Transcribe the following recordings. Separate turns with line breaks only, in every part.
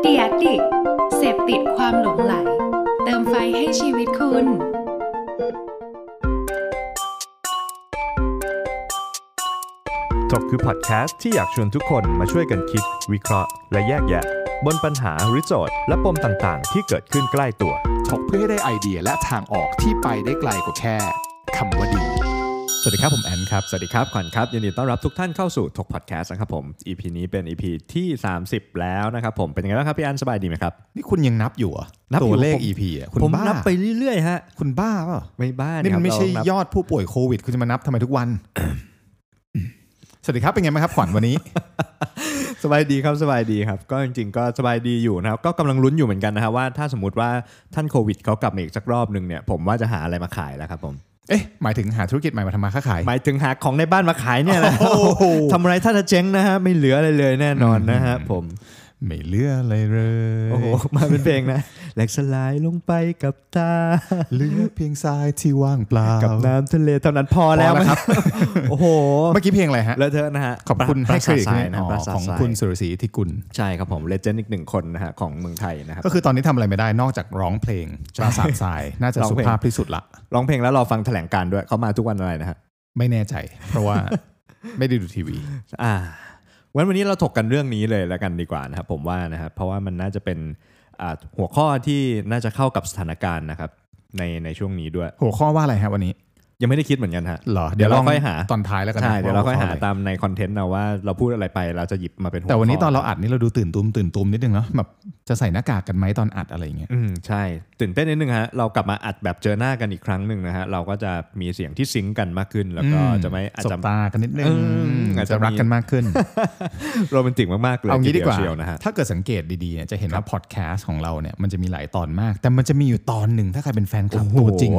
เดียดดิกต์เสพติดความหลงไหล เติมไฟให้ชีวิตคุณ
ถกคือพอดแคสต์ที่อยากชวนทุกคนมาช่วยกันคิด วิเคราะห์ และแยกแยะ บนปัญหาหรือโจทย์ และปมต่างๆ ที่เกิดขึ้นใกล้ตัว
ถกเพื่อให้ได้ไอเดียและทางออกที่ไปได้ไกลกว่าแค่คำว่าดี
สวัสดีครับ ผมแอนครับ สวัสดีครับขวัญครับยินดีต้อนรับทุกท่านเข้าสู่ถกพอดแคสต์นะครับผม EP นี้เป็น EP ที่ 30 แล้วนะครับผมเป็นยังไงบ้างครับพี่แอนสบายดีไหมครับ
นี่คุณยังนับอยู่เหรอะ
นับอยู่
ตัวเลข
ผม
EP อะคุณ
ผม
บ้า
นับไปเรื่อยๆฮะ
คุณบ้าเปล่า
ไม่บ้า
นี่
เยค
มั
รับ
นไม่ใช่
เรานับ
ยอดผู้ป่วยโควิด คุณจะมานับทำไมทุก วัน สวัสดีครับเป็นไงบ้างครับขวัญวันนี้
สบายดีครับสบายดีครับ ก็จริงๆก็สบายดีอยู่นะครับก็กำลังลุ้นอยู่เหมือนกันนะฮะว่าถ้าสมมติว่าท่านโควิดเขากลับมาอีกสักรอบหนึ่งเนี่ยผมว่าจะหาอะไรมาขายแล้วครับผม
เอ๊ะหมายถึงหาธุรกิจใหม่มาทำมาค้าขาย
หมายถึงหาของในบ้านมาขายเนี่ยแหละ
โอ้โห
ทำอะไรถ้าจะเจ๊งนะฮะไม่เหลืออะไรเลยแน่นอนนะฮะผม
ไม่เหลืออะไรเลย
โอ้โหมาเป็นเพลงนะ แหลกสลายลงไปกับตา
เหลือเพียงทรายที่ว่างเปล่า
กับน้ำทะเลเท่านั้นพอแล้ว
พอแล้วครับ
โอ้โห
เมื่อกี้เพลงอะไรฮะ
แล้วเธอะนะฮะ
ขอบคุณ
ป
ให้
ระ
เครดิต
สาทรายนะ
อ๋อ
ปราสาท
ของ
ทราย
คุณสุรศรีธิกุล
ใช่ครับผมเลเจนด์อีกหนึ่งคนนะฮะของเมืองไทยนะครับ
ก็คือตอนนี้ทำอะไรไม่ได้นอกจากร้องเพลงปราสาท ทรายน่าจะ
ร้อง
สุ
เพลง
ภาพที่สุดละ
ร้องเพลงแล้วรอฟังแถลงการณ์ด้วยเขามาทุกวันอะไรนะฮะ
ไม่แน่ใจ เพราะว่า ไม่ได้ดูทีวี
อ่าวันวันนี้เราถกกันเรื่องนี้เลยแล้วกันดีกว่านะครับผมว่านะครับเพราะว่ามันน่าจะเป็นอ่าหัวข้อที่น่าจะเข้ากับสถานการณ์นะครับในในช่วงนี้ด้วย
หัวข้อว่าอะไรฮะวันนี้
ยังไม่ได้คิดเหมือนกันฮะ
เหรอ
เดี๋ยวเราค่อยหา
ตอนท้ายแล้วกันนะ
ใช่เดี๋ยวเราค่อยหา
ะไร
ตามในคอนเทนต์นะว่าเราพูดอะไรไปเราจะหยิบมาเป็นหัวข้อ
แต่วันนี้ตอนเราอัดนี่เราดูตื่นตุมตื่นตุมนิดนึงเนาะแบบจะใส่หน้ากากกันไหมตอนอัดอะไรอย่างเงี้ย
อืมใช่ตื่นเต้นนิดนึงฮะเรากลับมาอัดแบบเจอหน้ากันอีกครั้งหนึ่งนะฮะเราก็จะมีเสียงที่ซิงก์กันมากขึ้น แล้วก็จะไม่อาจ
ส
จะ
บตากันนิดนึง
อืมอาจ
จะ
จะ
รักกันมากขึ้น
โรแมนติกมากๆเลย
เอางี้ดีกว่า
ทีเชียวนะฮะ
ถ้าเกิดสังเกตดีๆเนี่ยจะเห็นว่าพอดแคสต์ของเราเนี่ยมันจะมีหลายตอนมาก แต่มันจะมีอยู่ตอนหนึ่งถ้าใครเป็นแฟนคลับ
โอ้โห
ตัวจริง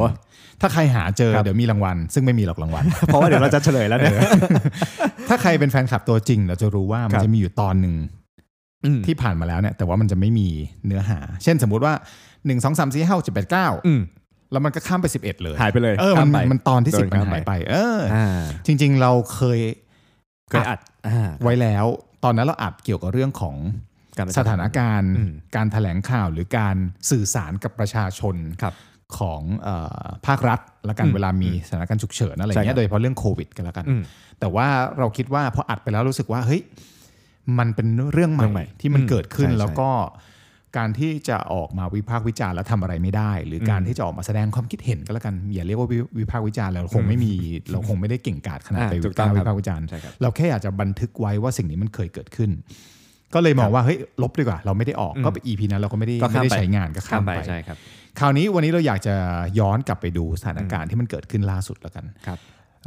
ถ้าใครหาเจอ
ครับ
เดี๋ยวมีรางวัล ซึ่งไม่มีหรอกรางวัล
เพราะว่าเดี๋ยวเราจะเฉลยแล้วเนี่ย
ถ้าใครเป็นแฟนคลับตัวจริงเราจะรู้ว่า
คน
มั
รับ
จะมีอยู่ตอนหนึ่ง ที่ผ่านมาแล้วเนี่ยแต่ว่ามันจะไม่มีเนื้อหา เช่นสมมุติว่า 1 2 3 4 5 6 7 8
อืม
9 แล้วมันก็ข้ามไป 11 เลย
หายไปเลย
เออมัน
ข้าไป
มันตอนที่
โด
10 มัน
ข้
หายไป เอออ
อ่า
จริง ๆ เราเคย
เคยอัดอ่า
ไว้แล้ว ตอนนั้นเราอัดเกี่ยวกับเรื่องของ
กลับม
สถานการณ์
อืม
การถแถลงข่าวหรือการสื่อสารกับประชาชน
ครับ
ของเออภาครัฐละกัน
อืม
เวลามีสถานการณ์ฉุกเฉินอะไร
ใช่
เงี้
ครั
ย
บ
โดยเฉพาะเรื่องโควิดกันละกัน
อืม
แต่ว่าเราคิดว่าพออัดไปแล้วรู้สึกว่าเฮ้ยมันเป็นเรื่องให
เรื่อ
ม่
งใหม่
ที่มัน
อืม
เกิดขึ้น
ใช่ใช่
แล้วก็การที่จะออกมาวิพากษ์วิจารณ์แล้วทำอะไรไม่ได้ หรืออ
ม
การที่จะออกมาแสดงความคิดเห็นก็แล้วกันอย่าเรียกว่าวิวิพากษ์วิจารณ์เราคงไม่มีเราคงไม่ได้เก่งกาจขนาด
อ่า
ไป
ถูกต้องครับ
วิพากษ์วิจารณ์
ใช่ครับ
เราแค่อยากจะบันทึกไว้ว่าสิ่งนี้มันเคยเกิดขึ้น ก็เลยมองว่าเฮ้ยลบดีกว่า เราไม่ได้ออก
อืม
ก็ไปอีพีนั้นเราก็ไม่ได้
ก็
ไม่
ข้าม
ได้
ไป
ใช้งานก็ข้ามไป
ใช่ครับ
คราวนี้วันนี้เราอยากจะย้อนกลับไปดูสถานการณ์ที่มันเกิดขึ้นล่าสุดแล้วกัน
ครับ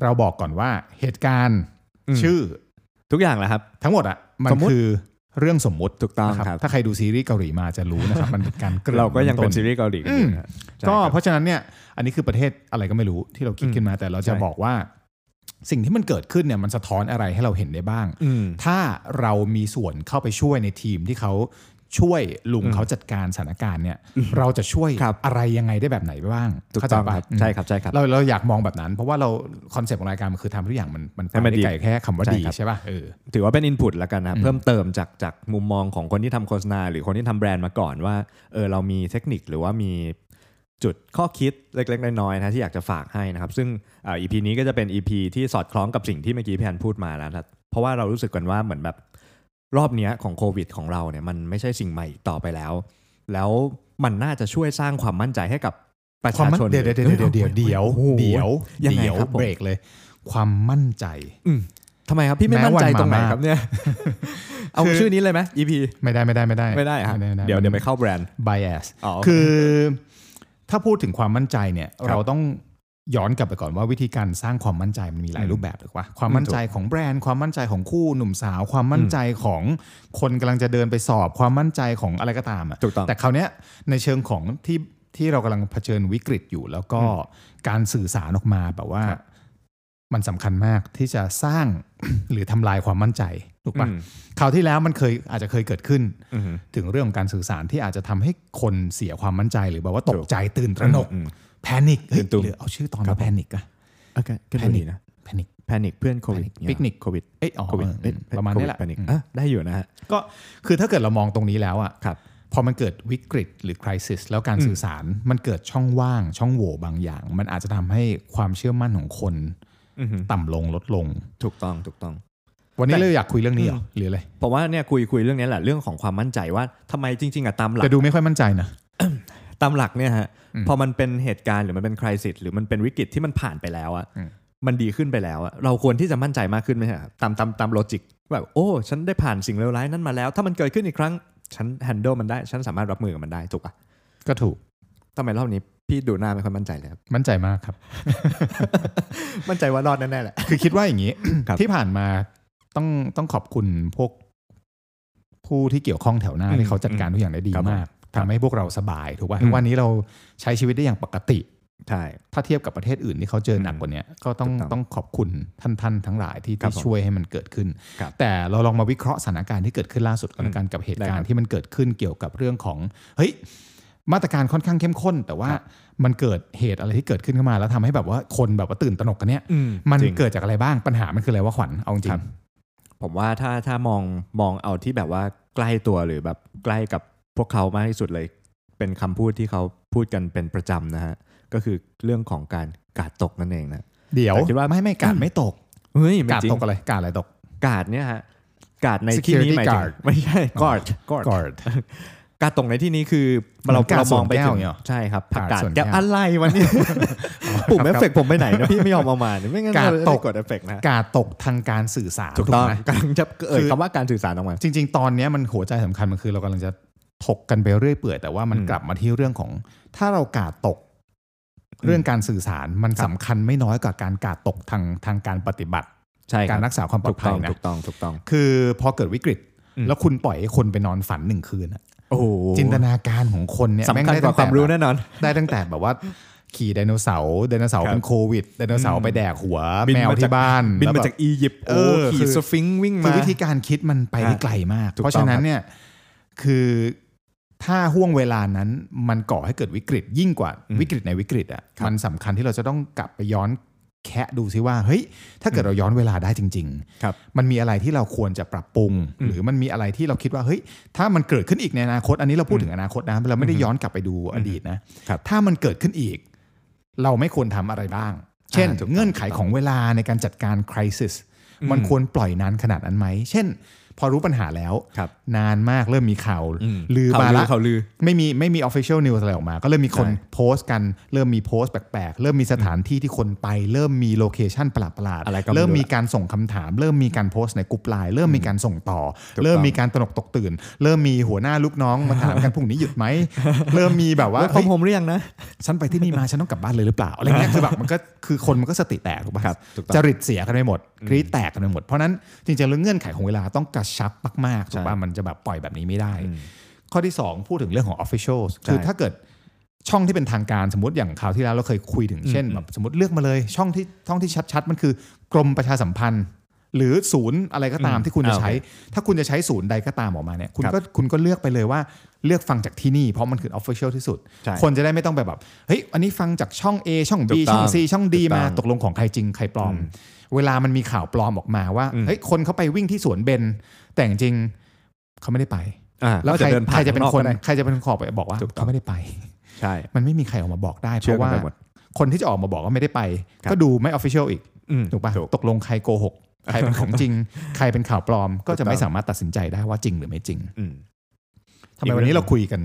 เราบอกก่อนว่าเหตุการณ์
อืม
ชื่อ
ทุกอย่างแหละครับ
ทั้งหมดอ่ะมัน
สมมุติ
คือเรื่องสมมุติ
ถูกต้อง
นะครับ ถ้าใครดูซีรีส์เกาหลีมาจะรู้นะครับ มันเป็นการริ่
เราก็ยังเป็น
ต้
ซีรีส์เกาหลีกันอยู่นะฮะใช่
ก็
ครับ
เพราะฉะนั้นเนี่ยอันนี้คือประเทศอะไรก็ไม่รู้ที่เราคิดขึ้นมาแต่เราจะ
ใช่
บอกว่าสิ่งที่มันเกิดขึ้นเนี่ยมันสะท้อนอะไรให้เราเห็นได้บ้าง
อืม
ถ้าเรามีส่วนเข้าไปช่วยในทีมที่เขาช่วยลุงเขาจัดการสถานการณ์เนี่ย เราจะช่วย
ครับ
อะไรยังไงได้แบบไหนบ้าง
ถูก
เข้าใจ
ต้อง
ปะ
ครับ
อืม
ใช่ครับใช่ครับ
เราเราอยากมองแบบนั้น เพราะว่าเราคอนเซปต์ของรายการมันคือทำทุกอย่างมันมัน
ให้มัน
ไป
ดี
ไกลแค่คำว่า
ใช่
ดี
ครับ
ใช่ป่ะเออ
ถือว่าเป็นอินพุตแล้วกันนะ
อืม
เพิ่มเติมจากจากมุมมองของคนที่ทำโฆษณา หรือคนที่ทำแบรนด์มาก่อนว่าเออเรามีเทคนิคหรือว่ามีจุดข้อคิดเล็ก ๆ น้อยๆนะที่อยากจะฝากให้นะครับ ซึ่งเอีพีนี้ก็จะเป็นอีพีที่สอดคล้องกับสิ่งที่เมื่อกี้พี่อันพูดมาแล้วนะเพราะว่าเรารู้สึกกันว่าเหมือนแบบรอบเนี้ยของโควิดของเราเนี่ยมันไม่ใช่สิ่งใหม่อีกต่อไปแล้ว แล้วมันน่าจะช่วยสร้างความมั่นใจให้กับประ
ความ
ชา
มั่น
ชน
เดี๋ยวเดี๋ยวเดี๋ยวเดี๋ยวเดี๋ยว
โอ้โห
เดี๋ยว
ยังไง
เดี๋ยว
ครับผม
เบรกเลย ความมั่นใจ
อืมทำไมครับพี่ไม่มั่นใจตรงไหนครับเนี่ย เอาชื่อนี้เลยไหม EP
ไม่ได้ไม่ได้ไม่ได้
ไม่ได้ครับเดี๋ยวเดี๋ยวไปเข้าแบรนด์
บ bias
อ๋อโอเค
คือถ้าพูดถึงความมั่นใจเนี่ย
ครับ
เราต้องย้อนกลับไปก่อนว่าวิธีการสร้างความมั่นใจมันมีหลาย
อืม
รูปแบบถูกปะความมั่นใจของแบรนด์ความมั่นใจของคู่หนุ่มสาว ความมั่นใจของคนกำลังจะเดินไปสอบ ความมั่นใจของอะไรก็ตามอะ
ถูกต้อง
แต่คราวเนี้ยในเชิงของที่ที่เรากำลังเผชิญวิกฤตอยู่ แล้วก็
อื
การสื่อสารออกมาแบบว่า
ครับ
มันสำคัญมากที่จะสร้าง หรือทำลายความมั่นใจถูกปะ
อืม
คราวที่แล้วมันเคยอาจจะเคยเกิดขึ้น
อืม
ถึงเรื่องของการสื่อสารที่อาจจะทำให้คนเสียความมั่นใจหรือแบบว่าตกใจตื่นตระหนก
อืม
แพนิค
ตื่นตูม
หรือเอาชื่อตอน
ครับ
มา
ผม
แพนิคอะ
โอเคก็
แพ
ดู
นิค
ดีนะ
แพนิค
แพ พนิคเพื่อนโควิด
Panic Picnic
โควิด
เอ้ยอ๋อ
โควิด
เออประมาณนี้แหละ
แพนิค
อืม
อ่ะได้อยู่นะฮะ
ก็คือถ้าเกิดเรามองตรงนี้แล้วอะ
ครับ
พอมันเกิดวิกฤตหรือคริสิสแล้วการสื่อสารมันเกิดช่องว่างช่องโหว่บางอย่าง มันอาจจะทำให้ความเชื่อมั่นของคน
อือหือ
ต่ำลงลดลง
ถูกต้องถูกต้อง
วันนี้
แต่
เราอยากคุยเรื่องนี้เหรอหรืออะไร
เพราะว่าเนี่ยคุยคุยเรื่องนี้แหละเรื่องของความมั่นใจว่าทำไมจริงๆอะตามหลัก
แต่ดูไม่ค่อยมั่นใจนะ
ตามหลักเนี่ยฮะ
อืม
พอมันเป็นเหตุการณ์หรือมันเป็นคริสิสหรือมันเป็นวิกฤตที่มันผ่านไปแล้วอะ
อืม
มันดีขึ้นไปแล้วอะเราควรที่จะมั่นใจมากขึ้นไหมฮะตามตามตามโลจิกแบบโอ้ ฉันได้ผ่านสิ่งเลวร้ายนั้นมาแล้ว ถ้ามันเกิดขึ้นอีกครั้ง ฉัน handle มันได้ ฉันสามารถรับมือกับมันได้ถูกปะ
ก็ถูก
ทำไมรอบนี้พี่ดูหน้าไม่ค่อยมั่นใจเลยครับ
มั่นใจมากครับ
มั่นใจว่ารอดแน่ ๆแหละ
คือคิดว่าอย่างนี้
ครับ
ที่ผ่านมาต้องต้องขอบคุณพวกผู้ที่เกี่ยวข้องแถวหน้า
อืม
ที่เขาจัดการทุกอย่างได้ดี
ครับผม
มากทำให้พวกเราสบายถูกป่ะ
อืม
ทุกวันนี้เราใช้ชีวิตได้อย่างปกติ
ใช่
ถ้าเทียบกับประเทศอื่นที่เขาเจอหนักกว่าเนี้ยก็ต้อง
ถูกต้อง
ต้องขอบคุณท่านท่านๆทั้งหลายที่
ครับ
ที่
ผม
ช่วยให้มันเกิดขึ้น
ครับ
แต่เราลองมาวิเคราะห์สถานการณ์ที่เกิดขึ้นล่าสุดกันละกันกับเหตุกา
ได้ค
ร
รั
ณ์
บ
ที่มันเกิดขึ้นเกี่ยวกับเรื่องของเฮ้ยมาตรการค่อนข้างเข้มข้น แต่ว่า
ครับ
มันเกิดเหตุอะไรที่เกิดขึ้นขึ้นมา แล้วทำให้แบบว่าคนแบบว่าตื่นตระหนกกันเนี้ย
อืม
มัน
จริง
เกิดจากอะไรบ้างปัญหามันคืออะไรวะขวัญเอาจริ
ครั
ง
บ ผมว่าถ้าถ้ามองมองเอาที่แบบว่าใกล้ตัวหรือแบบใกล้กับพวกเขามากที่สุดเลย เป็นคำพูดที่เขาพูดกันเป็นประจำนะฮะก็คือเรื่องของการกาดตกนั่นเองนะ
เดี๋ยว
แต่คิดว่า
ไม่ไม่การไม่ตก
เฮ้ยไม่
การ
จริง
ตกอะไรการอะไรตก
กาดเนี่ยฮะกาดในที่
Security
นี้หมายถึง
guard
ไม่ใช่กอดกอด
กอด
กาดตรงในที่นี้คือเรา
เหมือนกาด
เรามองไป
สวนแก้
ถึ
ว
ง
เนี่ยหรอ
ใช่ครับผักกาด
กาดสวนแก้
แก้ว
ว
อะไรวะเนี่ยปุ่มเอฟเฟกต์ผมไปไหนนะพี่ไม่ยอมเอามาเนี่ยไม่งั้น
กาด
เราจะ
ต
ได้
ก
กดเอฟเฟกต์นะฮะ
การตกทางการสื่อสาร
ถูกต้อง
ไหม
กำลังจะเอ่ย
คือ
คำว่าการสื่อสารออกมา
จริง ๆ ตอนเนี้ยมันหัวใจสำคัญมันคือเรากำลังจะถกกันไปเรื่อยเปื่อยแต่ว่ามัน
อืม
กลับมาที่เรื่องของ ถ้าเรากาดตก เรื่องการสื่อสารมัน
ครับ
สำคัญไม่น้อยกว่าการกาดตกทางทางการปฏิบัติ
ใช่ค
การ
บ
รักษาความปล
ถู
อด
ก
ภั
ต้อย ง
นะ
ถูกต้องถูกต้อง
คือพอเกิดวิกฤต
อืม
แล้วคุณปล่อยให้คนไปนอนฝันหนึ่งคืนอะ
โอ้โห
จินตนาการของคนเนี่ย
สำคัญกว่าความรู้
นะ
แน่นอน
ได้ตั้งแต่แบบว่า ขี่ไดโนเสาร์ไดโนเสา
ค
ร์
รับ
เป็นโควิดไดโนเสาร์ไปแดกหัว
บิน
แมว
มาจาก
ที่บ้าน
บิน
แล้ว
มา
แบบ
จากอียิปต์
เอ
โอ้
อคื
ขี่
อ
สฟิงค์วิ่ง
คื
มา
อวิธีการคิดมันไปได้ไกลมาก
ถูกต้อง
เพราะฉะนั้นเนี่ยคือถ้าห่วงเวลานั้นมันก่อให้เกิดวิกฤตยิ่งกว่า
อืม
วิกฤตในวิกฤตอ่ะ
ครับ
มันสำคัญที่เราจะต้องกลับไปย้อนแคะดูซิว่าเฮ้ยถ้าเกิดเราย้อนเวลาได้จริง
ครับ
มันมีอะไรที่เราควรจะปรับปรุง
อืม
หรือมันมีอะไรที่เราคิดว่าเฮ้ยถ้ามันเกิดขึ้นอีกในอนาคต อันนี้เราพูดถึงอนาคตนะเราไม่ได้ย้อนกลับไปดูอดีตนะครับถ้ามันเกิดขึ้นอีก เราไม่ควรทำอะไรบ้าง เช่น
อ่าถูกต้อง
เงื่อนไขของเวลาในการจัดการคริสิส
อืม
มันควรปล่อยนานขนาดนั้นไหม เช่น พอรู้ปัญหาแล้ว
ครับ
นานมากเริ่มมีข่าว
ม
ลือ
ข่
มาละ
เขาวลือ
ไม่มีไม่มี official news อะไรออกมา ก็เริ่มมีคน
ใช่
โพสต์กัน เริ่มมีโพสต์แปลกๆ เริ่มมีสถานที่ที่คนไป เริ่มมีโลเคชันประหลาด
อะไรก็
ๆ เริ่มมี
ไรู้
การส่งคำถาม เริ่มมีการโพสต์ในกลุ่มไลน์เริ่มมีการส่งต่อ
ถูก
เริ่ม
ต้อง
มีการตนกตกตื่น เริ่มมีหัวหน้าลูกน้ องมาถามกันพรุ่งนี้หยุดไหม เริ่มมีแบบ
ละ
ว่า
เว่าความผมหรือยังนะ
ฉันไปที่นี่มาฉันต้องกลับบ้านเลยหรือเปล่าอะไรเงี้ยคือแบบมันก็คือคนมันก็สติแตกถูกปะ
ครับถูกต้อง
จริตเสียกันไปหมดกรีดแตกกันไปหมด เพราะนั้นจริงๆเรื่องเงื่อนไขของเวลาต้องกระชับมากๆถูกปะ
ใช่
มันจะแบบปล่อยแบบนี้ไม่ได้
อืม
ข้อที่ 2 พูดถึงเรื่องของ officials คือถ้าเกิดช่องที่เป็นทางการสมมติอย่างคราวที่แล้วเราเคยคุยถึงเช่น
อืม
แบบสมมติเลือกมาเลย ช่องที่ช่องที่ชัด ๆ มันคือกรมประชาสัมพันธ์ หรือศูนย์อะไรก็ตามที่คุณจะใช้ ถ้าคุณจะใช้ศูนย์ใดก็ตามออกมาเนี่ยคุณ
ครับ
ก็คุณก็เลือกไปเลยว่าเลือกฟังจากที่นี่เพราะมันคือ official ที่สุด
ใช่
คนจะได้ไม่ต้องไปแบบเฮ้ยอันนี้ฟังจากช่อง A ช่อง B
ถูกต้อง
ช่อง C ช่อง D
ถูกต้อง
มาตกลงของใครจริงใครปลอม เวลามันมีข่าวปลอมออกมาว่า
อืม
เฮ้ยคนเขาไปวิ่งที่สวนเบนแต่จริงๆเขาไม่ได้ไป
อ่า
แล้ว
ก็
ใคร
ดิผ่า
ใครจะเป็น
ข้าง
คน
ก็ได้
ใครจะเป็นคนขอไปบอกว่า
ถูกต้อง
เขาไม่ได้ไป
ใช่
มันไม่มีใครออกมาบอกได้เพ
เชื่อ
ราะ
กัน
ว่า
ไปหมด
คนที่จะออกมาบอกว่าไม่ได้ไป
ครับ
ก็ดูไม่ออฟฟิเชียลอีก
อืม
ถูกปะตกลงใครโกหก ใครเป็นของ จริง ใครเป็นข่าวปลอม ก็จะไม่
ถูกต้อง
สามารถตัดสินใจได้ว่าจริงหรือไม่จริง
อืม
ทำไมวันนี้เราคุยกัน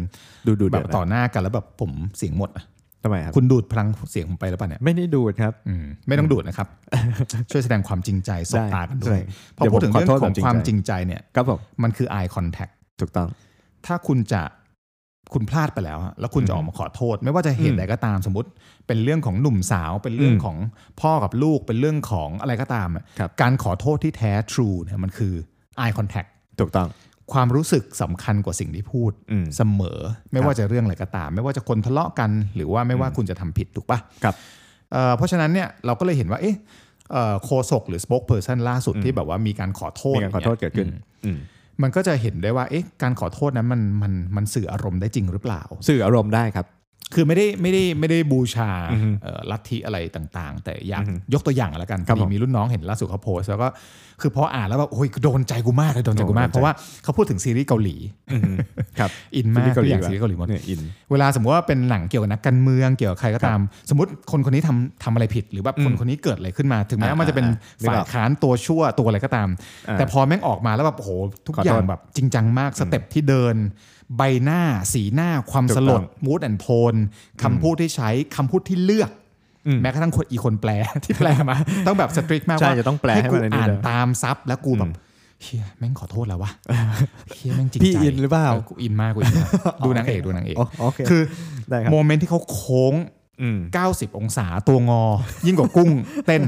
ดูดูเดื
แบ
อด
บ
นะ
ต่อหน้ากันแล้วแบบผมเสียงหมดอะ
ทำไมครับ
คุณดูดพลังเสียงผมไปหรือเปล่าเนี่ย
ไม่ได้ดูดครับ
อืมไม่ต้องดูดนะครับ ช่วยแสดงความจริงใจสบตากันด้ว
ได้
ยพอ
เดี๋ยว
พูดถึง
ผมขอ
เรื่
โท
อง
ษ
ของ
แบบจริง
ความ
ใจ
จริงใจเนี่ย
ครับผม
มันคือ eye contact
ถูกต้อง
ถ้าคุณจะคุณพลาดไปแล้วอะแล้วคุณจะออกมาขอโทษ ไม่ว่าจะเหตุใดก็ตามสมมติ เป็นเรื่องของหนุ่มสาว เป็นเรื่อง
อืม
ของพ่อกับลูก เป็นเรื่องของอะไรก็ตามอะ
ครับ
การขอโทษที่แท้ true เนี่ยมันคือ eye contact
ถูกต้อง
ความรู้สึกสำคัญกว่าสิ่งที่พูด
อืม
เสมอ ไม่ว่าจะเรื่องอะไรก็ตาม ไม่ว่าจะคนทะเลาะกัน หรือว่าไม่ว่าคุณจะทำผิดถูกปะ
ครับ
เอ่อเพราะฉะนั้นเนี่ยเราก็เลยเห็นว่าเอ๊ะเอ่อโคศกหรือ spokesperson ล่าสุดที่แบบว่ามีการขอโทษ
มีการขอโทษ
ย่งงี้ย
เกิดขึ้น
อืม
อืม
มันก็จะเห็นได้ว่าเอ๊ะการขอโทษนั้นมันมันมันสื่ออารมณ์ได้จริงหรือเปล่า
สื่ออารมณ์ได้ครับ
คือไม่ได้ไม่ได้ไม่ได้บูชา
อือฮึ
เอ่อลัทธิอะไรต่างๆ แต่อยาก
อือฮึ
ยกตัวอย่างแล้วกัน
ครับ
พอดี
ผม
มีรุ่นน้องเห็นล่าสุดเขาโพสต์แล้วก็คือพออ่านแล้วแบบโอ้ยโดนใจกูมากเลยโดนใจกูมาก
โดนใจ
เพราะว่าเขาพูดถึงซีรีส์เกาหลี
อืมครับ
อินมากตัวอย่างซีรีส์เกาหลีหมด
เนี่ยอิน
เวลาสมมติว่าเป็นหนังเกี่ยวกับนักการเมืองเกี่ยวกับใครก็ตาม สมมติคนคนนี้ทำทำอะไรผิด หรือแบบคน
อืม
คนนี้เกิดอะไรขึ้นมา ถึงแม้
อ่า
ว่ามันจะเป็น
อ่านึกอ
ฝ่าย
อก
ค้านตัวชั่วตัวอะไรก็ตาม
อ่า
แต่พอแม่งออกมาแล้วแบบโอ้โหทุก
ขอ
อ
โทษ
ย่างแบบจริงจังมากสเต็ปที่เดิน ใบหน้า สีหน้า ความ
ถูก
ส
ต้อง
ลดมูดแอนโทนคำพูดที่ใช้คำพูดที่เลือก
อืม
แม้กระทั่งคนอีคนแปล ที่แปลมา ต้องแบบสตริกมาก
ใช่
ว่า
จะต้องแปลให้
กู
มันอันนี้
อ่าน
ด้วย
ตามซับแล้วกูแบ
อื
บ
ม
เฮียแม่งขอโทษแล้ว วะเฮียแม่งจริง
พี่
ใจ
อินหรือเปล่า
กูอินมากกูอินมากดูนางเอกดูนางเอก
โอโอเค
คือ
ได้ครับ
โมเมนต์ที่เขาโค้ง
อืม
90 องศาตัวงอ ยิ่งกว่ากุ้ง เต้น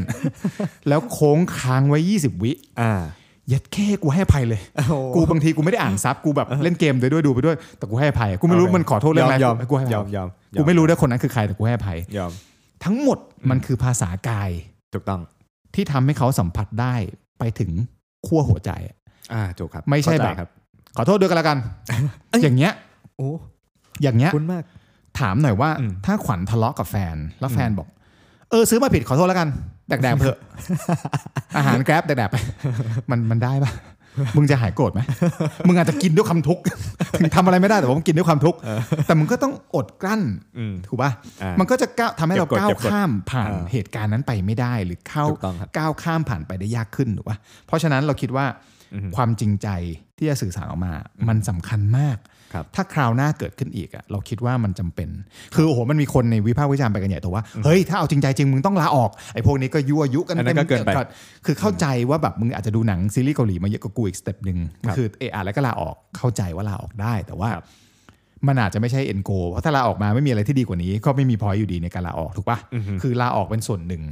แล้วโค้งค้างไว้ 20 วิ
อ่า
ยัดแค่กูให้อภัยเลย กูบางทีกูไม่ได้อ่านซับกูแบบเล่นเกมไปด้วยดูไปด้วย แต่กูให้อภัย กูไม่รู้
โอเค
มันขอโทษเรื่องอะไร
ยอม
กูให้อย
อ
ภั
มยอม
กูไม่รู้ด้วยคนนั้นคือใครแต่กูให้อภัย
ยอม
ทั้งหมดมันคือภาษากาย
ถูกต้อง
ที่ทำให้เขาสัมผัสได้ไปถึงขั้วหัวใจ
อ่าถูกครับ
ไม่ใช่
เข้าจ
แบบ
ครับ
ขอโทษด้วยกันละกัน
เอ้ย
อย่างเงี้ย
โอ้
อย่างเงี้ย
คุณมาก
ถามหน่อยว่า
อืม
ถ้าขวัญทะเลาะกับแฟน แล้วแฟนบอก เออซื้อมาผิดขอโทษแล้วกัน แดกๆเถอะ อาหารแกร็บแดกๆไป มันมันได้ปะมึงจะหายโกรธไหมมึงอาจจะกินด้วยความทุกข์ ถึงทำอะไรไม่ได้แต่ว่ามึงกินด้วยความทุกข์แต่มึงก็ต้องอดกลั้น
อืม
ถูกปะ
อ่ามั
มันก็จะก้าวทำให้เรา
เก็บกด
ก้าว
เก็บกด
ข้ามผ่าน
อ่า
เหตุการณ์นั้นไปไม่ได้หรือเข้า
ถูกต้องครับ
ก้าวข้ามผ่านไปได้ยากขึ้นถูกปะเพราะฉะนั้นเราคิดว่า
อือฮึ
ความจริงใจที่จะสื่อสารออกมา มันสำคัญมาก
ครับ
ถ้าคราวหน้าเกิดขึ้นอีกอะเราคิดว่ามันจำเป็น คือโอ้โหมันมีคนในวิพากษ์วิจารณ์ไปกันใหญ่แต่ว่าเฮ้ยถ้าเอาจริงใจจริงมึงต้องลาออกไอ้พวกนี้ก็ยั่วยุกัน
อันนั้นก็เกินไป
คือเข้าใจว่าแบบมึงอาจจะดูหนังซีรีส์เกาหลีมาเยอะกว่ากูอีกสเต็ปหนึ่งมันคือเอออะไรก็ลาออกเข้าใจว่าลาออกได้แต่ว่า
ครับ
มันอาจจะไม่ใช่เอ็นโกเพราะถ้าลาออกมาไม่มีอะไรที่ดีกว่านี้ ก็ไม่มีพอยอยู่ดีในการลาออกถูกปะคือลาออกเป็นส่วนหนึ่ง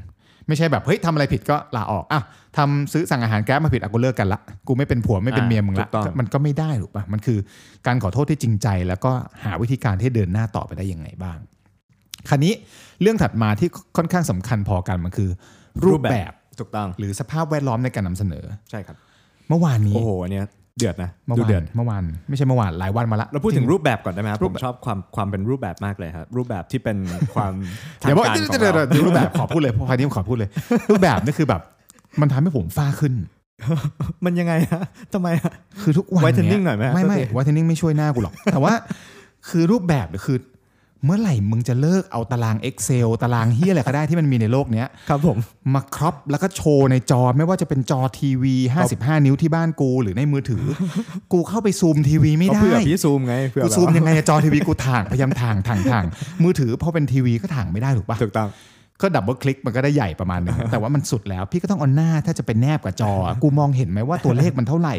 ไม่ใช่แบบเฮ้ยทำอะไรผิดก็ลาออกอ่ะทำซื้อสั่งอาหารแก๊บมาผิดอ่ะกูเลิกกันละกูไม่เป็นผัวไม่เป็น
อ่า
เมียมึงละ
ถูกต้อง
มันก็ไม่ได้ถูกปะมันคือการขอโทษที่จริงใจ แล้วก็หาวิธีการที่เดินหน้าต่อไปได้ยังไงบ้าง คราวนี้เรื่องถัดมาที่ค่อนข้างสำคัญพอกันมันคือ รูปแบบ
ถูกต้อง
หรือสภาพแวดล้อมในการนำเสนอ
ใช่ครับ
เมื่อวานนี้
โอ้โหอันเนี้ยเดือดนะ
เมื่อ
ดู
วา
เดือน ด
เมื่อวานไม่ใช่เมื่อวานหลายวันมาละ
เราพูดถึงรูปแบบก่อนได้ไหมครับ
รู
ผ
ป
ม
แบบ
ชอบความความเป็นรูปแบบมากเลยครับ รูปแบบที่ เป็นความทาง
เดี๋ยวบอก
การขอ
เดี๋ยว
ง
เดี๋ยว
เรา
เดี๋ยวรูปแบบขอ พูดเลยภายนี้ผมขอพูดเลย รูปแบบนี่คือแบบ มันทำให้ผมฟ้าขึ้น
มันยังไงฮะทำไมฮะ
คือทุกวันเนี้
Whitening หน่อยไหมฮะ
ไม่ไม่
โทษที
ไวท์เทนนิ่งไม่ช่วยหน้ากูหรอก แต่ว่าคือรูปแบบเนี่ยคือ เมื่อไหร่มึงจะเลิกเอาตาราง Excel ตารางเฮียอะไรก็ได้ที่มันมีในโลกเนี้ย
ครับผม
มาครอปแล้วก็โชว์ในจอไม่ว่าจะเป็นจอทีวี 55 นิ้วที่บ้านกูหรือในมือถือ กูเข้าไปซูมทีวีไม่
เขา
ได้
เผื่อพี่ซูมไงเผื่อ
กู
แบบ
ซูมยังไงอะจอทีวีกูถ่างพยายามถ่างถ่างถ่างมือถือพอเป็นทีวีก็ถ่างไม่ได้ถูกปะ
ถูกต้อง
ก็ดับเบิลคลิกมันก็ได้ใหญ่ประมาณหนึง แต่ว่ามันสุดแล้ว พี่ก็ต้องเอาหน้าถ้าจะไปแนบกับจอ กูมองเห็นไหมว่าตัวเลขมันเท่าไหร่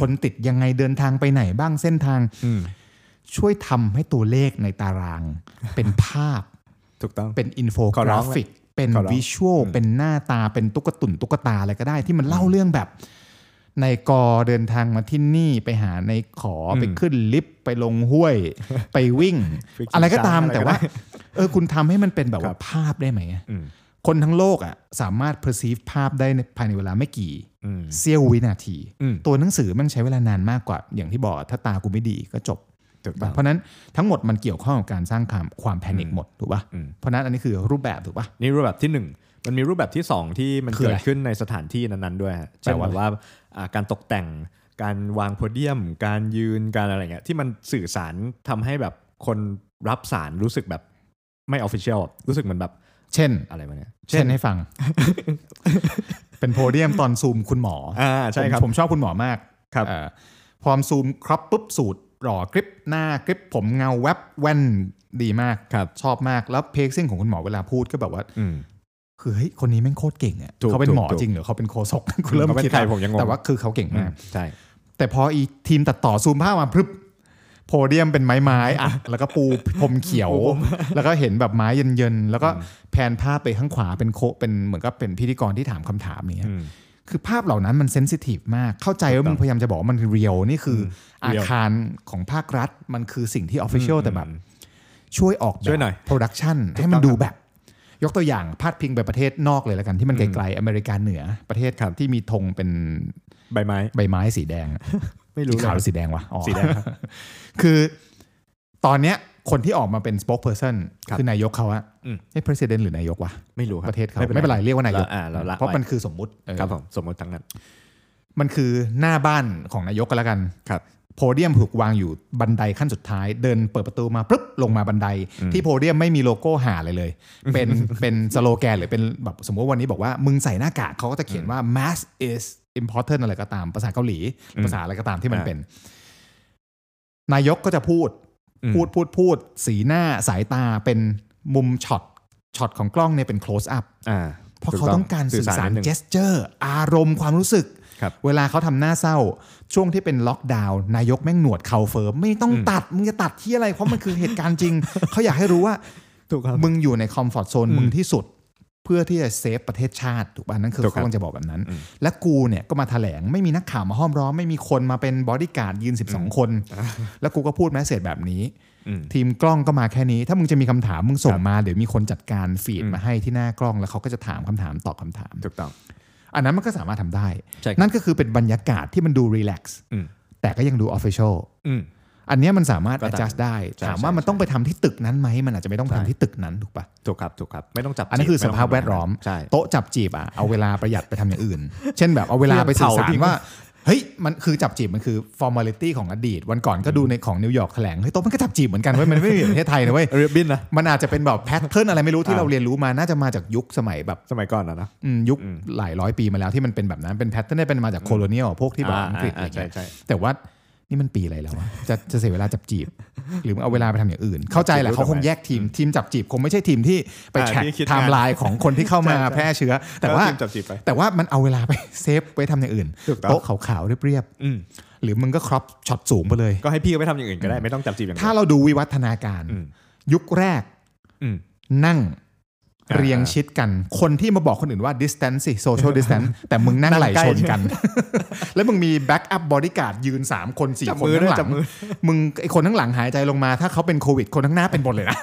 คนติดยังไงเดินทางไปไหนบ้างเส้นทาง
อืม
ช่วยทำให้ตัวเลขในตาราง เป็นภาพ
ถูกต้อง
เป็นอินโฟ
ขอก ร้อ
ราง ฟิก เป็น
ขอร้อง
วิชวลเป็นหน้าตาเป็นตุ๊กตุนตุ๊กตาอะไรก็ได้ ที่มันเล่าเรื่องแบบ ในกอเดินทางมาที่นี่ไปหาในขออไปขึ้นลิฟต์ไปลงห้ วย ไปวิ่ง
Freaking
อะไรก็ตาม
ช้างอะไร
แต่
ก็
ว่า
ได้
เออคุณทำให้มันเป็นแบบ
ครั
ว่า
บ
ภาพได้ไหมอะ
อืม
คนทั้งโลกอ่ะสามารถ perceive ภาพได้ในภายในเวลาไม่กี่
อืม
เสี้ยววินาที
อืม
ตัวหนังสือมันใช้เวลานานมากกว่า อย่างที่บอกถ้าตากูไม่ดีก็จบ
ถูกต้อง
เพราะฉะนั้นทั้งหมดมันเกี่ยวข้องกับการสร้างความความแพนิคหมดถูกปะ
อืม
เพราะฉะนั้นอันนี้คือรูปแบบถูกปะ
นี่รูปแบบที่หนึ่งมันมีรูปแบบที่สองที่มัน
คือ
เกิ
อะ
ด
ไร
ขึ้นในสถานที่นั้นๆด้วยฮะ
แปล
เช่น
ว่า
แบ
อะไร
บว่าอ่าการตกแต่งการวางโพเดียม การยืนการอะไรเงี้ยที่มันสื่อสารทำให้แบบคนรับสารรู้สึกแบบไม่ออฟฟิเชียลรู้สึกเหมือนแบบ
เช่น
อะไรมาเนี่ย
เช่นให้ ฟัง เป็นโพเดียมตอนซูมคุณหมออ
อ่าใช่ครับ
ผมผมชอบคุณหมอมาก
ครับ
เอ่อพอซูมครับปุ๊บสูตรหล่อกริปหน้ากริปผมเงาแวบแว่นดีมาก
ครับ
ชอบมากแล้วเพกซิ่งของคุณหมอเวลาพูดก็แบบว่า
อืม
คือเฮ้ยคนนี้แม่งโคตรเก่งอ่ะ
ถูก
เขาเป็นหมอ
ถูก
จริงเหรือเขาเป็นโคศก กูเริ่ม
เขาเป็น
คิด
ใคร
แล้ว
ผมยังงง
แต่ว่าคือเขาเก่ง
อื
มาม ก
ใช่
แต่พออีทีมตัดต่อซูมภาพมาพรึบโพเดียมเป็นไม้ไม้ ๆอ่ะ แล้วก็ปูพรมเขียว แล้วก็เห็นแบบไม้เย็นๆ แล้วก็แผนภาพไปข้างขวาเป็นโคเป็นเหมือนกับเป็นพิธีกรที่ถามคำถามอย่างเงี้ย
อืม
คือภาพเหล่านั้นมันเซนซิทีฟมาก เข้าใจว่ามึงพยายามจะบอกว่ามันเรียลนี่คืออ
ม
อา
real
คารของภาครัฐมันคือสิ่งที่ออฟฟิเชียลแต่แบบ
อืม
ช่วยออก
ช่วยหน่อย
โปรดักชันให้มันดูแบบ ยกตัวอย่างพาดพิงไปประเทศนอกเลยแล้วกันที่มันไกลๆอเมริกาเหนือประเทศ
ครับ
ที่มีธงเป็น
ใบไม้
ใบไม้สีแดง
ไม่
สี
รู้เล
ขาวย หรือสีแดงวะอ๋อ
สีแดงครับ
คือตอนเนี้ย คนที่ออกมาเป็น spokesperson
ครับ
คือนายกเขาอะ
อืม
เอ้ president หรือนายกวะ
ไม่รู้ครับ
ประเทศเขาไม่เป็นไรเรียกว่านายก
อ่าเราละ
เพราะมัน
ไว้
คือสมมุติเออ
ครับผมสมมติทั้งนั้น
มันคือหน้าบ้านของนายกก็แล้วกัน
ครับ
โพเดียมถูกวางอยู่บันไดขั้นสุดท้าย เดินเปิดประตูมาปุ๊บลงมาบันได ที่โพเดียมไม่มีโลโก้หาอะไร เลย เป็นเป็นสโลแกนหรือเป็นแบบสมมติว่าวันนี้บอกว่ามึงใส่หน้ากากเขาก็จะเขียนว่า mask is important อะไรก็ตามภาษาเกาหลี
อืม
ภาษาอะไรก็ตามที่มัน
อ่า
เป็น นายกก็จะพูด
อืม
พูดพูดพูด สีหน้าสายตาเป็นมุมช็อตช็อตของกล้องเนี่ยเป็น close up
อ่า
เพราะ
ถู
เขาต้องการสื่อสาร
นิดนึง
เจสเจอร์อารมณ์ความรู้สึก
ครับ
เวลาเขาทำหน้าเศร้า ช่วงที่เป็นล็อกดาวน์นายกแม่งหนวดเข่าเฟิร์มไม่ต้อง
อืม
ตัด มึงจะตัดที่อะไร เพราะมันคือเหตุการณ์จริง เขาอยากให้รู้ว่า
ถูกครับ
มึงอยู่ในคอมฟอร์ทโซน
อืม
มึงที่สุด เพื่อที่จะเซฟประเทศชาติ ถูกป่ะนั่นคือ
ถูกครับ
เขากำลังจะบอกแบบนั้น
อืม
และกูเนี่ยก็มาแถลงไม่มีนักข่าวมาห้อมร้อม ไม่มีคนมาเป็นบอดี้การ์ดยืน 12 คน แล้วกูก็พูดแมสเสจแบบนี้
อืม
ทีมกล้องก็มาแค่นี้ ถ้ามึงจะมีคำถามมึงส่งมาเดี๋ยวมีคนจัดการฟีด
อืม
มาให้ที่หน้ากล้องแล้วเขาก็จะถามคำถามตอบคำถาม
ถูกต้อง
อันนั้นมันก็สามารถทำได้
ใช่ครับ
นั่นก็คือเป็นบรรยากาศที่มันดูรีแลกซ์
อืม
แต่ก็ยังดูออฟฟิเชียล
อืม
อันเนี้ยมันสามารถ
ก็ตาม
adjust ได้
ใช่
ถามว่า
ใช่
มันต้องไปทำที่ตึกนั้นไหม มันอาจจะไม่ต้อง
ใช่
ทำที่ตึกนั้นถูกปะ
ถูกครับถูกครับ ไม่ต้องจับ
อันนั้น
จีบ
คือสภาพ
ไต้ง
แวดล้อม
ใช่
โต๊ะจับจีบอ่ะ เอาเวลาประหยัดไปทำอย่างอื่น เช่นแบบเอาเวลาไปสื่อสาร
เผาทิ้ง
ว่า เฮ้ย มันคือจับจีบมันคือ formality ของอดีต วันก่อนก็ดูในของนิวยอร์กแถลง เฮ้ย โต๊ะมันก็จับจีบเหมือนกันเว้ย มันไม่เหมือนประเทศไทยนะเว้ย
เรียบบินนะ
มันอาจจะเป็นแบบแพทเทิร์นอะไรไม่รู้ที่
อ่า
เราเรียนรู้มา น่าจะมาจากยุคสมัยแบบ
สมัยก่อนนะนะ
อืมยุค
อืม
หลายร้อยปีมาแล้วที่มันเป็นแบบนั้นเป็นแพทเทิร์นได้เป็นมาจากโคโลเนียลพวกที่แบบ
อ่า
อังกฤษอะไร
อ่า
เงี้ย
ใช่ใช่
แต่ว่านี่มันปีอะไรแล้ววะจะจะเสียเวลาจับจีบ หรือเอาเวลาไปทำอย่างอื่น เข้าใจแหละเขาคงแยกทีมทีมจับจีบคงไม่ใช่ทีมที่ไป
อ่า
แทร็ก
ที่คิด
ไท
งาน
ม์ไลน์ของคนที่เข้ามา
ใช่ใช่
แพร่เชื้อ แต่ว่า
เออจิ้มจับจีบไป
แต่ว่ามันเอาเวลาไป เซฟไว้ทำอย่างอื่น
ถูกต้อง
โต๊ะขาวๆเรียบ
อืม
ๆหรือมึงก็ครอปช็อตสูงไปเลย
ก็ให้พี่เขาไปทำอย่างอื่นก็ได้ไม่ต้องจับจีบอย่างเดียว
ถ้าเราดูวิวัฒนาการ
อืม
ยุคแรก
อืม
นั่ง
อ่า
เรียงชิดกัน คนที่มาบอกคนอื่นว่า distance สิ social distance แต่มึงนั่ง
นั่ง
ไหล
ใกล้
ชนกัน แล้วมึงมี back up bodyguard ยืน 3 คน
จับ
4 ค
มื
น
อด้วย
ข้างห
จั
ลั
บ
ง
มือ
มึงไอคนข้างหลังหายใจลงมา ถ้าเขาเป็นโควิด คนข้างหน้าเป็นหมดเลยนะ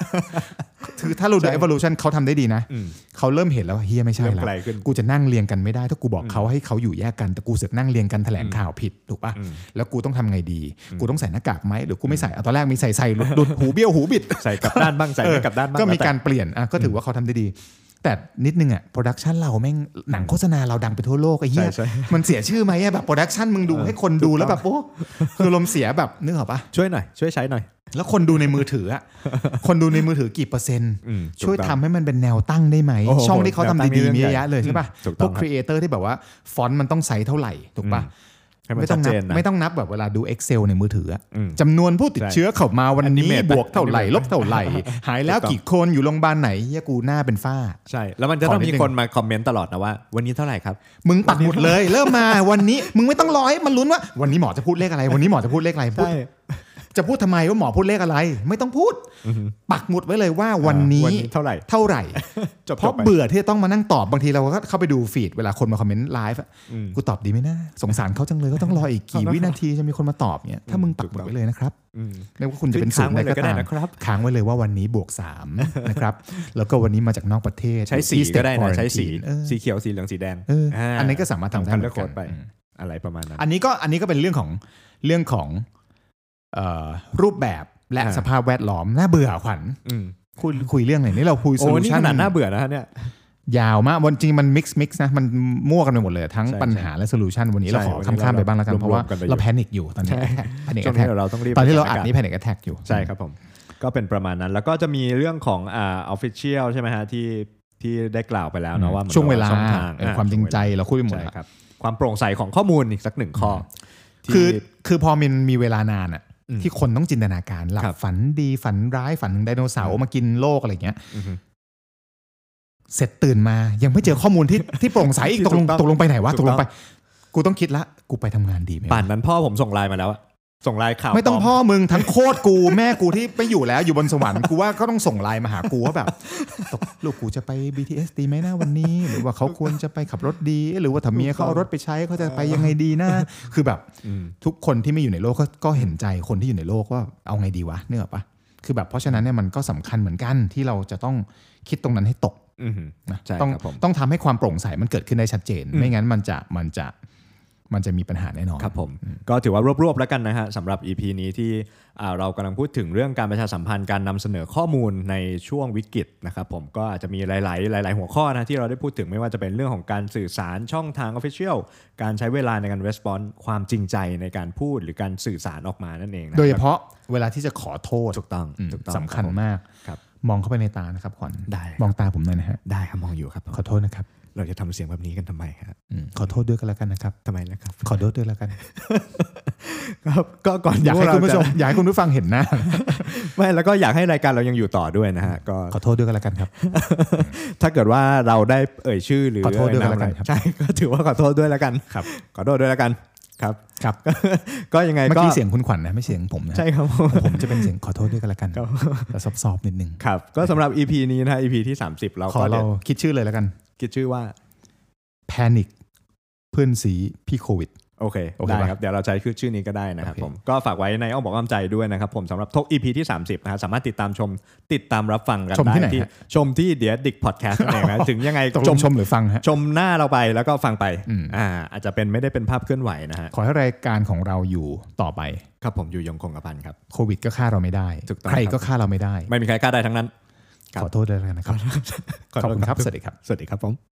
คือถ้าเราดู evolution เขาทำได้ดีนะ
อืม
เขาเริ่มเห็นแล้วว่าเฮียไม่ใช่
เริ่ม
แล้ว
ไกลขึ้น
กูจะนั่งเรียงกันไม่ได้ ถ้ากูบอกเขาให้เขาอยู่แยกกันแต่กูเสือกนั่งเรียงกันแถลงข่าวผิดถูกปะ
อืม
แล้วกูต้องทำไงดี กูต้องใส่หน้ากากไหมหรือกูไม่ใส่เอาตอนแรกมีใส่ใส่หลุดหลุดหูเบี้ยวหูบิด
ใส่กลับด้านบ้างใส่ไม่กลับด้านบ้าง
ก็มี
แล้วแต่
การเปลี่ยนอ่ะก็ถือว่าเขาทำได้ดี แต่นิดนึงอ่ะโปรดักชันเราแม่งหนังโฆษณาเราดังไปทั่วโลกไอ้เหี้ย
ใช่ใช่
มันเสียชื่อไหมอะแบบโปรดักชันมึงดู
เออ
ให้คนดู
ถูกต้อง
แล้วแบบโอ้คือลมเสียแบบนึกออกปะ
ช่วยหน่อยช่วยใช้หน่อย
แล้วคนดูในมือถือ อ่ะ คนดูในมือถือกี่เปอร์เซ็นต์
อืม
ช่วยทำให้มันเป็นแนวตั้งได้ไหม
โอ้โห
ช่องที่เขาทำดีๆมีเยอะแยะเลยใช่ปะ
ถูก
พ
ต้
ว
อง
ก
ครับ
ครีเอเตอร์ที่แบบว่าฟอนต์มันต้องใสเท่าไหร่ถูกปะ
อื ให้มัน
ไม่ต้
ชั
อ
ด
ง
เจ
นับ
นนะ
ไม่ต้องนับแบบเวลาดู Excel ในมือถืออะ
อืม
จำนวนผู้ติดเชื้อเข้ามาวันนี้
Animate
บวกเท่าไหร่
Animate
ลบเท่า ไหร่ หายแล้ว
ถูกต้อง
กี่คนอยู่โรงพยาบาลไหนเหี้ยกูหน้าเป็นฝ้า
ใช่ แล้วมันจะต้อง
ขอนิด
มี
นึง
คนมาคอมเมนต์ตลอดนะว่า วันนี้เท่าไหร่ครับ
มึงปักหมุดเลย เริ่มมาวันนี้มึงไม่ต้องรอให้มันลุ้นว่า วันนี้หมอจะพูดเลขอะไร วันนี้หมอจะพูดเลขอะไรพูดจะพูดทำไมว่าหมอพูดเลขอะไร ไม่ต้องพูด ปักหมุดไว้เลยว่าวันนี้
วันนี้เท่าไหร่
เท่าไหร่
จบ
เพราะ
จบไป
เบื่อที่จะต้องมานั่งตอบบางทีเราก็เข้าไปดูฟีดเวลาคนมาคอมเมนต์ไลฟ์อะ
อืม
กูตอบดีไหมนะสงสารเขาจังเลยก็ต้องรออีกกี่วินาทีจะมีคนมาตอบเนี่ยถ้ามึงปักหมุดไว้เลยนะครับ
อืม
ไม่ว่าคุณจะเป็นศูนย์อะ
ขึ้
ไร
นค้างไว้เลยก็ได้นะ
ก็ตาม
ครับ
ค้างไว้เลยว่าวันนี้บวก 3 นะครับ แล้วก็วันนี้มาจากนอกประเทศ
ใช้สี
ที่ state
ก็ได้นะ ใช้สี
quarantine เออ
สีเขียวสีเหลืองสีแดง
เอออ่
า
อันนี้ก็สามารถทำได้
คัน
เหมื
เลื
อ
อก
นกัน
โค้ดไป
อืม
อะไรประมาณนั้น
อันนี้ก็อันนี้ก็เป็นเรื่องของเรื่องของเอ่อรูปแบบและ
อ่า
สภาพแวดล้อมน่าเบื่อขวัญ
อืม
คุยคุยเรื่องไหนนี่เราคุยโซ
โอ้
ลู
นี่
ชั
ข
น
นาดน่าเบื่อนะฮะเนี่ย
ยาวมากวันจริงมันมิกซ์มิกซ์นะ มันมั่วกันไปหมดเลยทั้ง
ใช่
ปัญหาและโซลูชันวันนี้
ใช่
เราขอ
วันนี้
ข้ามๆไปบ้างแล้วกัน
เรา
เพราะว่า
เรารวมกันไปอยู่
เราแพนิคอยู่ตอนนี้แพนิค
ช่วง
แท
นี้เดี๋ยวเราต้องรีบ
ตอนที่เราอัดนี้
ไป
แพนิคแทกอยู่
ใช่ครับผม ก็เป็นประมาณนั้น แล้วก็จะมีเรื่องของอ่าออฟฟิเชียลใช่ไหมฮะที่ที่ได้กล่าวไปแล้วเนาะว่ามัน
ช่วงเวลา
ช่องทาง
เออความจริงใจเราคุยไปหมด
ใช่
แล้ว
ครับ ความโปร่งใสของข้อมูลอีกสักหนึ่งข้อที่
คือคือพอมันมีเวลานานอะ
อืม
ที่คนต้องจินตนาการหลั
ครับ บ
ฝันดีฝันร้ายฝันถึงไดโนเสาร์มากินโลกอะไรเงี้ย
อือฮึ
เสร็จตื่นมายังไม่เจอข้อมูลที่ ที่โปร่งใสอีก
ที่
ตกลง
ถูกต้อง
ตกลงไปไหนวะ
ถู
ต
ก
ก
ต้
ล
อง
งไป กูต้องคิดละกูไปทำงานดีไหมวะ
ป่านนั้นพ่อผมส่งไลน์มาแล้วอะส่งไลน์ข่าว
ไม่ต้อง
ปล
พ่
ม
อมึงทั้งโคตร กู แม่กูที่ไปอยู่แล้วอยู่บนสวรรค์กูว่าก็ต้องส่งไลน์มาหากูว่าแบบตกลูกกูจะไป BTS ดีไหมนะวันนี้ หรือว่าเขาควรจะไปขับรถดี หรือว่าถ้าเมียเขาเอารถไปใช้เขาจะไปยังไงดีนะคือแบบ ทุกคนที่ไม่อยู่ในโลกก็ก็เห็นใจคนที่อยู่ในโลกว่าเอาไงดีวะเนื้ออกปะคือแบบเพราะฉะนั้นเนี่ยมันก็สำคัญเหมือนกันที่เราจะต้องคิดตรงนั้นให้ตก
อืม
นะ
ใช่
ต้อง
ครับผม
ต้องทำให้ความโปร่งใสมันเกิดขึ้นได้ชัดเจน
อืม
ไม่งั้นมันจะมันจะ มันจะมีปัญหาแน่นอน
ครับผมก็ถือว่ารวบๆแล้วกันนะฮะสำหรับ EP นี้ที่อ่าเรากำลังพูดถึงเรื่องการประชาสัมพันธ์การนำเสนอข้อมูลในช่วงวิกฤตนะครับผมก็อาจจะมีหลายๆ หลาย ๆ หัวข้อนะที่เราได้พูดถึงไม่ว่าจะเป็นเรื่องของการสื่อสารช่องทาง Official การใช้เวลาในการ response ความจริงใจในการพูดหรือการสื่อสารออกมานั่นเองนะ
โดยเฉพาะเวลาที่จะขอโทษ
ถูกต้อง
อืม
ถูกต้อง
สำคัญ
รับผม
าก
ครับ
มองเข้าไปในตานะครับขวัญ
ได้
มองตาผมหน่อยนะฮะ
ได้ครับมองอยู่ครับ
ขอโทษนะครับ
เราจะทำเสียงแบบนี้กันทำไมครับ
อืมขอโทษด้วยกันแล้วกันนะครับ
ทำไมล่ะครับ
ขอโทษด้วยแล้วกัน
ครับก็ก่อน
อยากให้
พวเร
คุณผู้ชม
จะ
อยากให้คุณผู้ฟังเห็นหน้า
ไม่แล้วก็อยากให้รายการเรายังอยู่ต่อด้วยนะฮะก็
ขอโทษด้วยกันแล้วกันครับ
ถ้าเกิดว่าเราได้เอ่ยชื่อหรือ
ขอโทษด้วย
เาม
แล้วกันครับ
ใช่ ก็ถือว่าขอโทษด้วยแล้วกันครับ ขอโทษด้วยแล้วกันครับ
ครับ
ก็ยังไง
เมื่อ
ก็
กี้เสียงคุณขวัญนะไม่เสียงผมนะ
ใช่ครับ ผม
ผมจะเป็นเสียงขอโทษด้วยกันแล้วกัน
ครับ
แต่ซอบๆนิดนึง
ครับ ก็สำหรับ EP นี้นะฮะ EP ที่ 30 เรา
ขอ
ก็ได้
เราคิดชื่อเลยแล้วกัน
คิดชื่อว่า
แพนิคเพื่อนสีพี่โควิด
โอเค
โอเค
ได้
ป่ะ
ครับ เดี๋ยวเราใช้ชื่อนี้ก็ได้นะครับ
โอเค
ผม ก็ฝากไว้ในอ้อมบอกอ้อมใจด้วยนะครับผมสำหรับทก EP ที่ 30นะฮะสามารถติดตามชมติดตามรับฟังกัน
ชม
ได้
ที่ไหน
ที่
ฮะ
ชมที่เดียดิกพอดแคสต์นั่นเองนะ ถึงยังไง
ตกลงชมหรือฟังฮะ
ชมหน้าเราไปแล้วก็ฟังไป
อืม
อ่าอาจจะเป็นไม่ได้เป็นภาพเคลื่อนไหวนะฮะ
ขอให้รายการของเราอยู่ต่อไป
ครับผมอยู่ยงคงกระพันครับ
โควิดก็ฆ่าเราไม่ได้
ถูกต้อง
ใคร
ครับ
ก็ฆ่าเราไม่ได้
ไม่มีใครกล้าได้ทั้งนั้น ครับ
ขอโทษด้วยแล้วกันนะครับ ขอบคุณครับ สวัสดีครับ
สวัสดีครับผม